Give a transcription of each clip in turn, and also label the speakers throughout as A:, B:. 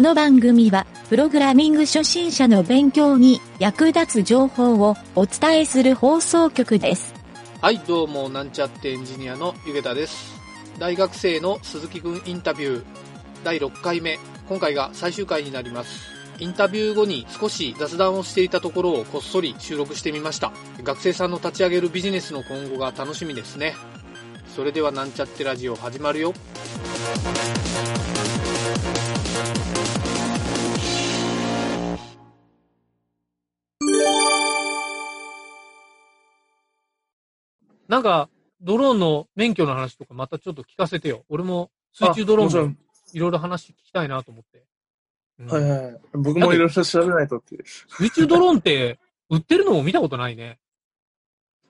A: の番組は、プログラミング初心者の勉強に役立つ情報をお伝えする放送局です。
B: はい、どうも、なんちゃってエンジニアのゆげたです。大学生の鈴木くんインタビュー、第6回目、今回が最終回になります。インタビュー後に少し雑談をしていたところをこっそり収録してみました。学生さんの立ち上げるビジネスの今後が楽しみですね。それではなんちゃってラジオ始まるよ。なんか、ドローンの免許の話とかまたちょっと聞かせてよ。俺も水中ドロ
C: あもち
B: ー
C: ろ
B: ン
C: ん
B: もいろいろ話聞きたいなと思って。うん
C: はいはい。僕もいろいろ調べないとっていう。
B: 水中ドローンって売ってるのも見たことないね。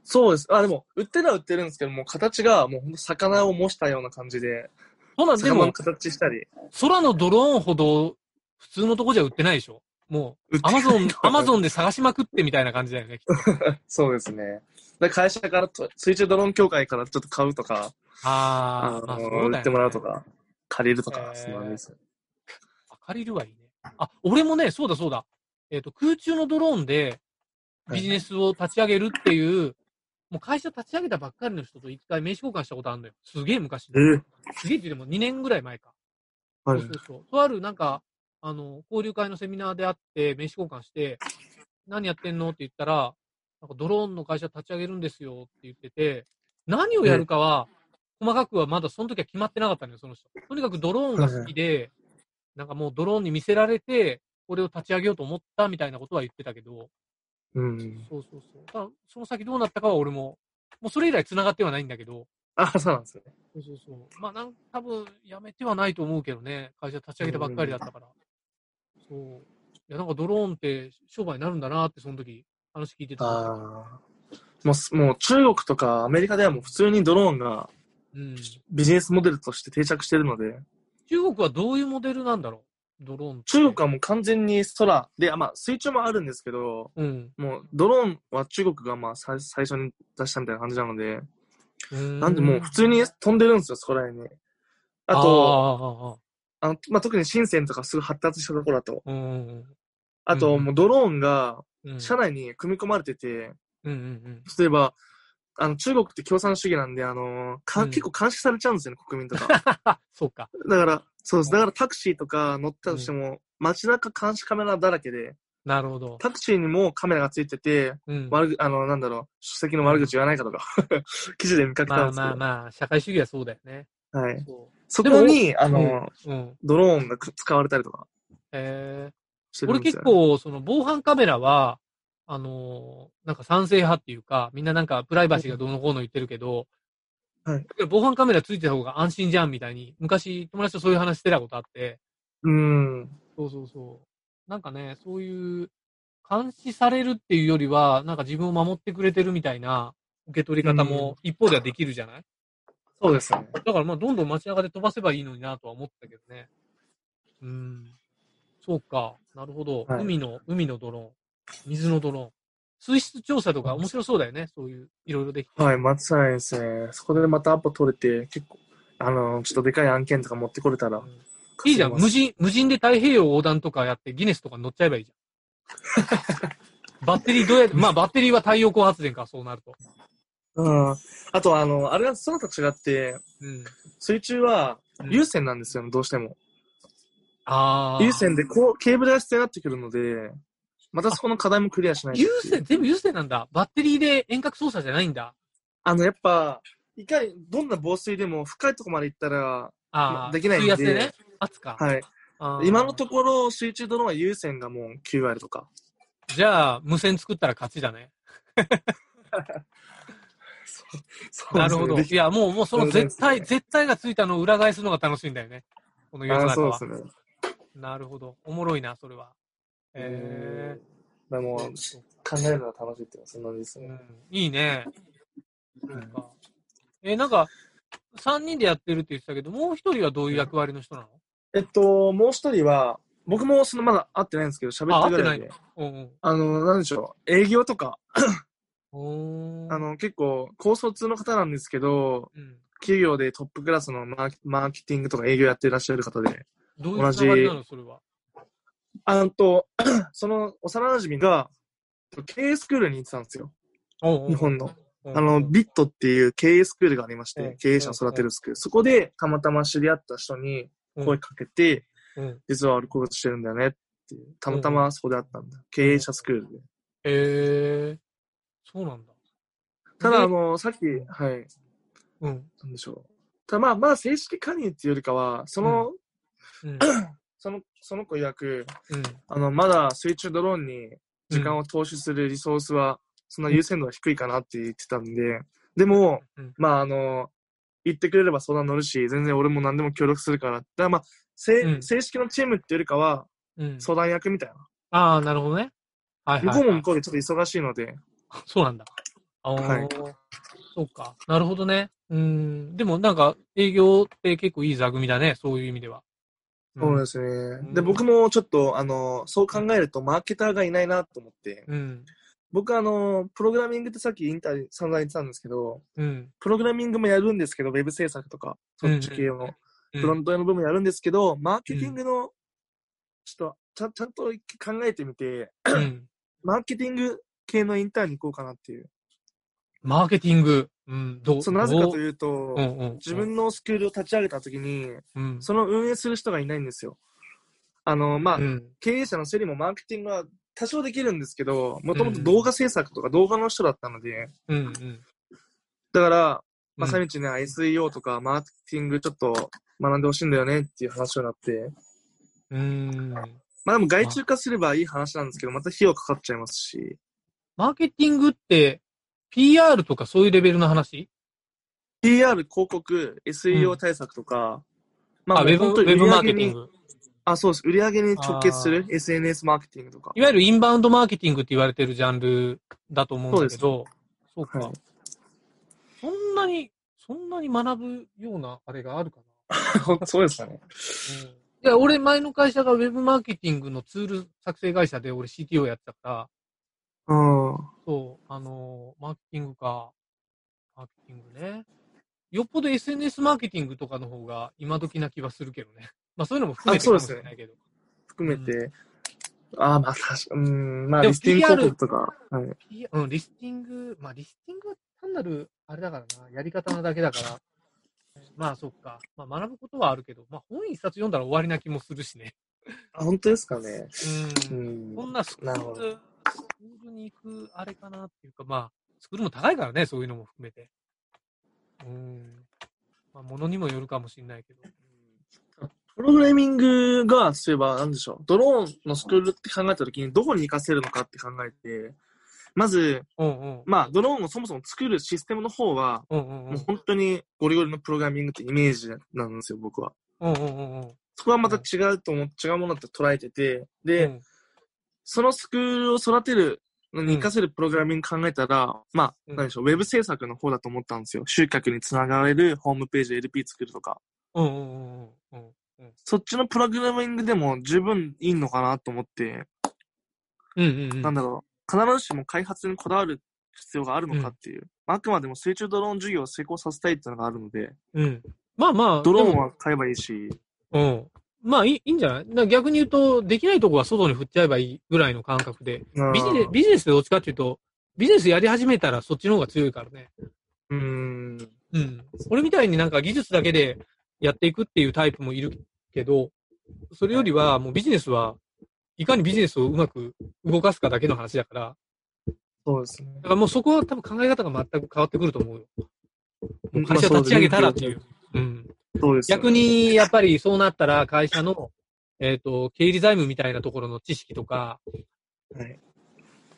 C: そうです。あ、でも、売ってるのは売ってるんですけども、形がもうほんと魚を模したような感じで、
B: そうなんで
C: 魚の
B: も、
C: 形したり。
B: 空のドローンほど普通のとこじゃ売ってないでしょもう
C: 売っ、て
B: ア
C: な
B: マ
C: い
B: ゾン、アマゾンで探しまくってみたいな感じだよね。きっと
C: そうですね。で会社からと、水中ドローン協会からちょっと買うとか、
B: あ
C: あ
B: ー、まあ、そう
C: の
B: だよ、ね。
C: 売ってもらうと。か、借りると
B: へ
C: か、
B: ー
C: そんな感じです。
B: 借りるはいいね。あ、俺もね、そうだそうだ。えっ、と、空中のドローンでビジネスを立ち上げるっていう、もう会社立ち上げたばっかりの人と一回名刺交換したことあるんだよ。すげえ昔に。
C: え
B: すげえって言っても2年ぐらい前か。
C: は
B: そうそうそう。とある、なんか、あの、交流会のセミナーであって、名刺交換して、何やってんのって言ったら、なんかドローンの会社立ち上げるんですよって言ってて、何をやるかは、細かくはまだその時は決まってなかったのよ、その人。とにかくドローンが好きで、なんかもうドローンに見せられて、これを立ち上げようと思ったみたいなことは言ってたけど、
C: うん。
B: そうそうそう。ただその先どうなったかは俺も、もうそれ以来繋がってはないんだけど、
C: あ、そうなんですね。
B: そうそうそう。まあ、なん多分やめてはないと思うけどね、会社立ち上げたばっかりだったから。そう。いや、なんかドローンって商売になるんだなって、その時話聞いてた。
C: あーもうす、もう中国とかアメリカではもう普通にドローンが
B: うん、中
C: ビジネスモデルとして定着してるので、
B: 国はどういうモデルなんだろう、ドローンって。
C: 中国はもう完全に空で、あまあ水中もあるんですけど、
B: うん。
C: もうドローンは中国がまあさ最初に出したみたいな感じなので、
B: うん。
C: なんでもう普通に飛んでるんですよ、そこら辺に。あと、
B: と、
C: あのまあ、特に深センとかすぐ発達したところだと。
B: ああああああうん
C: あと、
B: うん
C: もうドローンが
B: うん。
C: 車内に組み込まれてて、
B: うんうん
C: 例えば、あの中国って共産主義なんで、あのか
B: うん
C: 結構監視されちゃうんですよね、国民とか。
B: うん。そうか。
C: だから、そうです。だからタクシーとか乗ったとしても、街中監視カメラだらけで、
B: なるほど。
C: タクシーにもカメラがついてて、
B: うん、ま
C: 悪ぐあの、なんだろう、主席の悪口言わないかとか、 記事で見かけたん
B: あ
C: ですけど、
B: まあまあ、社会主義はそうだよね。
C: はい。
B: そ
C: そこに、あの、
B: う。うん。
C: ドローンがく使われたりとか
B: えー、
C: してる
B: 俺
C: んです
B: 結
C: よ、ね。
B: 構、その防犯カメラは、あのーなんか賛成派っていうか、みんななんかプライバシーがどうのこうの言ってるけど、
C: はい
B: だから防犯カメラついてた方が安心じゃんみたいに、昔友達とそういう話してたことあって、
C: うん。
B: そうそうそう。なんかね、そういう、監視されるっていうよりは、なんか自分を守ってくれてるみたいな受け取り方も一方ではできるじゃない、
C: そうですよね。
B: だからまあ、どんどん街中で飛ばせばいいのになとは思ったけどね。うん。そうか。なるほど。
C: はい
B: 海の、海のドローン。水のドローン。水質調査とか面白そうだよね。そういう、いろいろできて。
C: はい、松さんですね。そこでまたアポ取れて、結構、あの、ちょっとでかい案件とか持ってこれたら
B: う、んいいじゃん。無
C: 稼げ
B: 人、無人で太平洋横断とかやって、ギネスとか乗っちゃえばいいじ ゃん。バッテリーどうやって、まあバッテリーは太陽光発電か、そうなると。
C: ますうん。あと、あの、あれが空と違って、
B: うん。
C: 水中は
B: うん
C: 有線なんですよ、どうしても。
B: ああ。
C: 有。線でこう、ケーブルが必要になってくるので、またそこの課題もクリアしないとっ
B: 有
C: ていう
B: 線、全部有線なんだ。バッテリーで遠隔操作じゃないんだ。
C: あの、やっぱ、いかに、どんな防水でも深いところまで行ったら、
B: ああ。
C: できないんで
B: 水圧でね。圧か。
C: はい。
B: あー
C: 今のところ、水中ドローンは優先がもう9割とか。
B: じゃあ、無線作ったら勝ちだね。なるほど。
C: で
B: い
C: き
B: や、もう、もうその絶対、
C: そうで
B: 絶対がついたのを裏返すのが楽しいんだよね。この世の
C: あー
B: 中
C: そう
B: は。
C: ですね。
B: なるほど。おもろいな、それは。え
C: でも、考
B: ー
C: えるのは楽しいっていうのはそんな感じです
B: う
C: ね。
B: ん、いいね。そうかえーなんか、3人でやってるって言ってたけど、もう1人はどういう役割の人なの
C: えっと、もう一人は、僕もそのまだ会ってないんですけど、喋ってるぐらいで。あ
B: うん
C: の、なんでしょう。営業とか、
B: うん。おー
C: あ、の、結構、高卒の方なんですけど、
B: うん。
C: 企業でトップクラスのマーマーケティングとか営業やってらっしゃる方で、
B: どういうつながりなの、それは。
C: あんと、 その幼馴染が、経営スクールに行ってたんですよ。
B: おうおう
C: 日本の。
B: うん
C: あの、ビットっていう経営スクールがありまし
B: うん
C: て、経営者を育てるスクール。そこで、たまたま知り合った人に声かけて、
B: うん
C: 実は俺こういうことしてるんだよねっていう。たまたまそこであったんだ。経営者スクールで。
B: へえ、そうなんだ。
C: ただ、
B: で
C: あの、さっき、はい、
B: うん。
C: なんでしょう。ただ、まあ、まだ正式加入っていうよりかは、その、
B: うん。
C: その、その子曰く、
B: うん
C: あの、まだ水中ドローンに時間を投資するリソースは、そんな優先度は低いかなって言ってたんで、でも、
B: うん
C: まあ、あの、言ってくれれば相談乗るし、全然俺も何でも協力するから。だからまあ、せ
B: うん
C: 正式のチームっていうよりかは、
B: うん。
C: 相談役みたいな。
B: ああ、なるほどね。はいはい、
C: 向こうも向こうでちょっと忙しいので、
B: そうなんだ。ああ、
C: はい
B: そうか。なるほどね。うん。でもなんか、営業って結構いい座組だね。そういう意味では。。
C: そうですすね。
B: ん
C: で、僕もちょっと、あの、そう考えると、マーケターがいないなと思って、
B: うん。
C: 僕、あの、プログラミングってさっきインタビュー散々言ってたんですけど、
B: うん。
C: プログラミングもやるんですけど、ウェブ制作とか、そっち系の、フロントの部分やるんですけど、マーケティングの、ちょっと、ちゃちゃんと考えてみて、
B: うん。
C: マーケティング系のインターンに行こうかなっていう。
B: マーケティング。うん。どう
C: そうなぜかと
B: う
C: いうと、
B: んうん、
C: 自分のスクールを立ち上げたときに、
B: うん、
C: その運営する人がいないんですよ。あの、まあ、
B: うん。
C: 経営者のセリもマーケティングは多少できるんですけど、もともと動画制作とか動画の人だったので、
B: うん。うん。
C: だから、まさみちね、SEO とかマーケティングちょっと学んでほしいんだよねっていう話になって、
B: うん。
C: まあでも外注化すればいい話なんですけど、また費用かかっちゃいますし、
B: マーケティングって、PR とかそういうレベルの話
C: PR 広告、SEO 対策とか、ま
B: あ、ウェブ、ウ
C: 本当に
B: ェブマーケ
C: 売り
B: テ
C: 上げ
B: ィン
C: に
B: グ。
C: あ、そうです。売り上げに直結す
B: あ
C: る SNS マーケティングとか
B: い。わゆるインバウンドマーケティングって言われてるジャンルだと思うんだけど、そうか、
C: はい
B: そんなに、そんなに学ぶようなあれがあるかな。
C: そうですかね。
B: うんいや、俺、前の会社がウェブマーケティングのツール作成会社で、俺 CTO やってたから、
C: うん。
B: そう、あのーマーケティングか。マーケティングね。よっぽど SNS マーケティングとかの方が今時な気はするけどね。まあそういうのも含めて
C: あ
B: か
C: そう
B: も
C: です
B: し
C: ね
B: れないけど。
C: 含めて、ああ、まあ確か、うん、まあ
B: でも
C: リスティング
B: PR
C: 広告とか、はい。
B: いやうん、リスティング、まあ、リスティングは単なる、あれだからな、やり方なだけだ から、まあ、そっか、まあ、学ぶことはあるけど、まあ、本一冊読んだら終わりな気もするしね。
C: あ、本当ですかね。
B: う
C: う
B: ん。
C: ん。
B: こんなスク
C: なるほ
B: ー
C: ど
B: ル、スクールに行く、あれかなっていうか、まあ、スクールも高いからね、そういうのも含めて。うん。まあ、ものにもよるかもしれないけど。
C: プログラミングが、そういえば、なんでしょう、ドローンのスクールって考えたときに、どこに活かせるのかって考えて、まず、
B: うんうん。
C: まあ、ドローンをそもそも作るシステムの方は、
B: うんうんう。
C: もうん本当にゴリゴリのプログラミングってイメージなんですよ、僕は。
B: うんうんうんうん。
C: そこはまた違うと思う、違うものだと捉えてて、で、
B: うん
C: そのスクールを育てるのに活かせるプログラミング考えたら、まあ、
B: うん
C: 何でしょう、ウェブ制作の方だと思ったんですよ。集客につながれるホームページ、LP 作るとか。
B: うんうんうんうん。
C: そっちのプログラミングでも十分いいのかなと思って、
B: うんうんうん。
C: なんだろう、必ずしも開発にこだわる必要があるのかっていう。まああくまでも水中ドローン事業を成功させたいっていうのがあるので、
B: うん。まあまあ、
C: ドロー
B: で
C: ン
B: も
C: は買えばいいし、
B: うん。まあいい、いいんじゃないだから逆に言うと、できないとこは外に振っちゃえばいいぐらいの感覚で。ビジネス、
C: ス、
B: ビジネスってどっちかっていうと、ビジネスやり始めたらそっちの方が強いからね。
C: うーん、
B: うん。俺みたいになんか技術だけでやっていくっていうタイプもいるけど、それよりはもうビジネスは、いかにビジネスをうまく動かすかだけの話だから、
C: そうですね。
B: だからもうそこは多分考え方が全く変わってくると思うよ。もう会社立ち上げたらっていう。うん。
C: そうですね。
B: 逆に、やっぱりそうなったら会社の、えっ、と、経理財務みたいなところの知識とか、
C: はい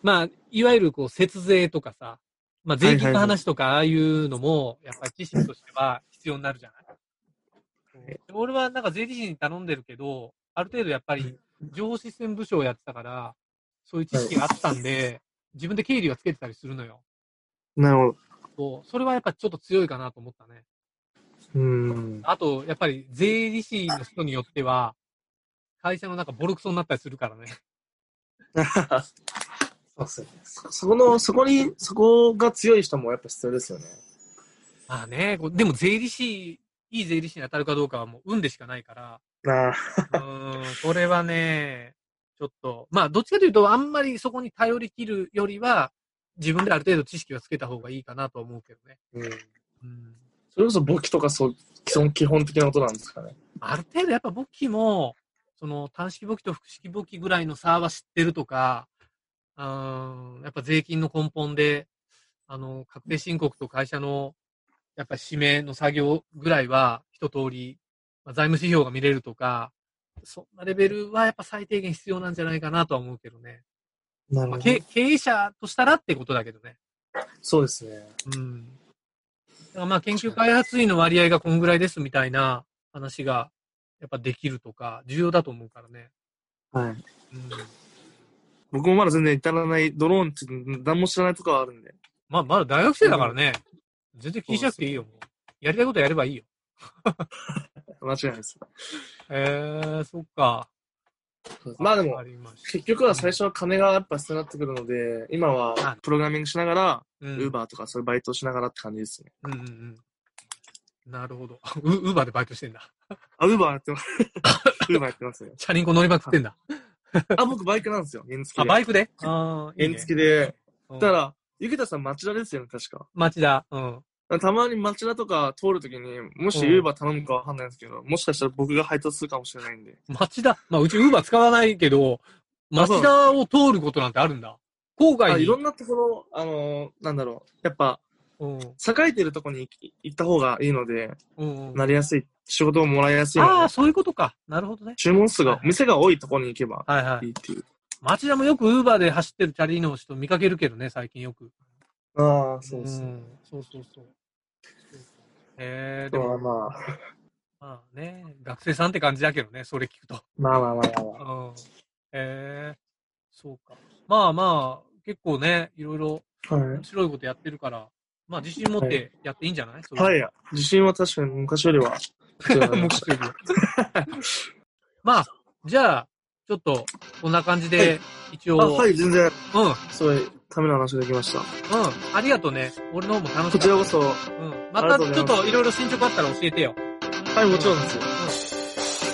B: まあ、いわゆるこう、節税とかさ、まあ、税金の話とか、ああいうのも、やっぱり知識としては必要になるじゃない、
C: はい
B: 俺はなんか税理士に頼んでるけど、ある程度やっぱり、情報システム部署をやってたから、そういう知識があったんで、自分で経理はつけてたりするのよ。
C: なるほど。
B: そうそれはやっぱちょっと強いかなと思ったね。
C: うーん。
B: あと、やっぱり税理士の人によっては、会社の中ボロクソになったりするからね。
C: そうですね。そそこの、そこに、そこが強い人もやっぱ必要ですよね。
B: まあね、こうでも税理士、いい税 理士に当たるかどうかはもう運でしかないから、
C: な
B: う
C: あ、
B: ーん、これはね、ちょっと、まあ、どっちかというと、あんまりそこに頼り切るよりは、自分である程度知識はつけた方がいいかなと思うけどね。
C: うん。
B: うん。
C: それこそ簿記とかそう、基本、基本的なことなんですかね。
B: ある程度やっぱ簿記も、その単式簿記と複式簿記ぐらいの差は知ってるとか、うーん、やっぱ税金の根本で、あの、確定申告と会社の、やっぱ指名の作業ぐらいは一通り、まあ、財務指標が見れるとか、そんなレベルはやっぱ最低限必要なんじゃないかなとは思うけどね。
C: な
B: まあ、経経営者としたらってことだけどね。
C: そうですね。
B: うん。だからまあ研究開発員の割合がこんぐらいですみたいな話がやっぱできるとか、重要だと思うからね。
C: はい。
B: うん。
C: 僕もまだ全然至らない、ドローンって何も知らないとこはあるんで。
B: まあまだ大学生だからね、全然気にしなくていいよ。もうやりたいことやればいいよ。
C: 間違いないです。
B: へえー、そっか。
C: まあでも
B: わか、りました
C: 結局は最初は金がやっぱ必要になってくるので、今はプログラミングしながら、
B: う
C: ウ
B: ん
C: ーバーとかそういうバイトをしながらって感じですね。
B: うんうんうん。なるほど。ウウーバーでバイトしてんだ。
C: あ、ウーバーやって ます。ウーバーやってますね。
B: チャリンコ乗りまくってんだ。
C: あ、僕バイクなんですよ。原付
B: あ、
C: で。
B: バイクでああ、いい
C: 原
B: ね。
C: 付で。
B: うん
C: たら、ゆけたさん町田ですよね、確か。
B: 町田。うん。
C: たまに町田とか通るときに、もし
B: うん
C: ウーバー頼むかわかんないんですけど、もしかしたら僕が配達するかもしれないんで。
B: 町田。まあ、うちウーバー使わないけど、
C: あそう
B: 町田を通ることなんてあるんだ。郊
C: あ
B: 外に。
C: いろんなところ、あのーなんだろう。やっぱ、
B: うん。
C: 栄えてるところに行行った方がいいので、
B: うんうん
C: なりやすい、仕事をもらいやすい
B: あ
C: の
B: あ、
C: で、
B: そういうことか。なるほどね。
C: 注文数
B: は
C: が
B: い、
C: 店が多いところに行けば
B: はいはい
C: い
B: い。
C: っていう。
B: 町田もよくウーバーで走ってるチャリの人見かけるけどね、最近よく。
C: ああ、そうです
B: う
C: ね。
B: ん。そうそうそう。えー、で
C: まあ
B: も、
C: まあ、
B: まあね、学生さんって感じだけどね、それ聞くと。
C: まあまあまあまあまあ。
B: うん。えー、そうか。まあまあ、結構ね、いろいろ
C: は
B: 面白いことやってるから、まあ自信持ってやっていいんじゃない、それ
C: い。はい。自信は確かに昔より は。
B: 無口と いうかまあ、じゃあ、ちょっと、こんな感じで、一応、
C: あ、はい、全然、
B: うん、うん、
C: すごい、ための話できました。
B: ありがとうね。俺の方も楽しか
C: こ
B: っ
C: ち
B: た。
C: らこそ、は
B: うん。ま
C: あり
B: た、
C: がとう
B: ち
C: ござ
B: ょっ
C: います
B: と、いろいろ進捗あったら教えてよ。
C: い、もちろんですよ。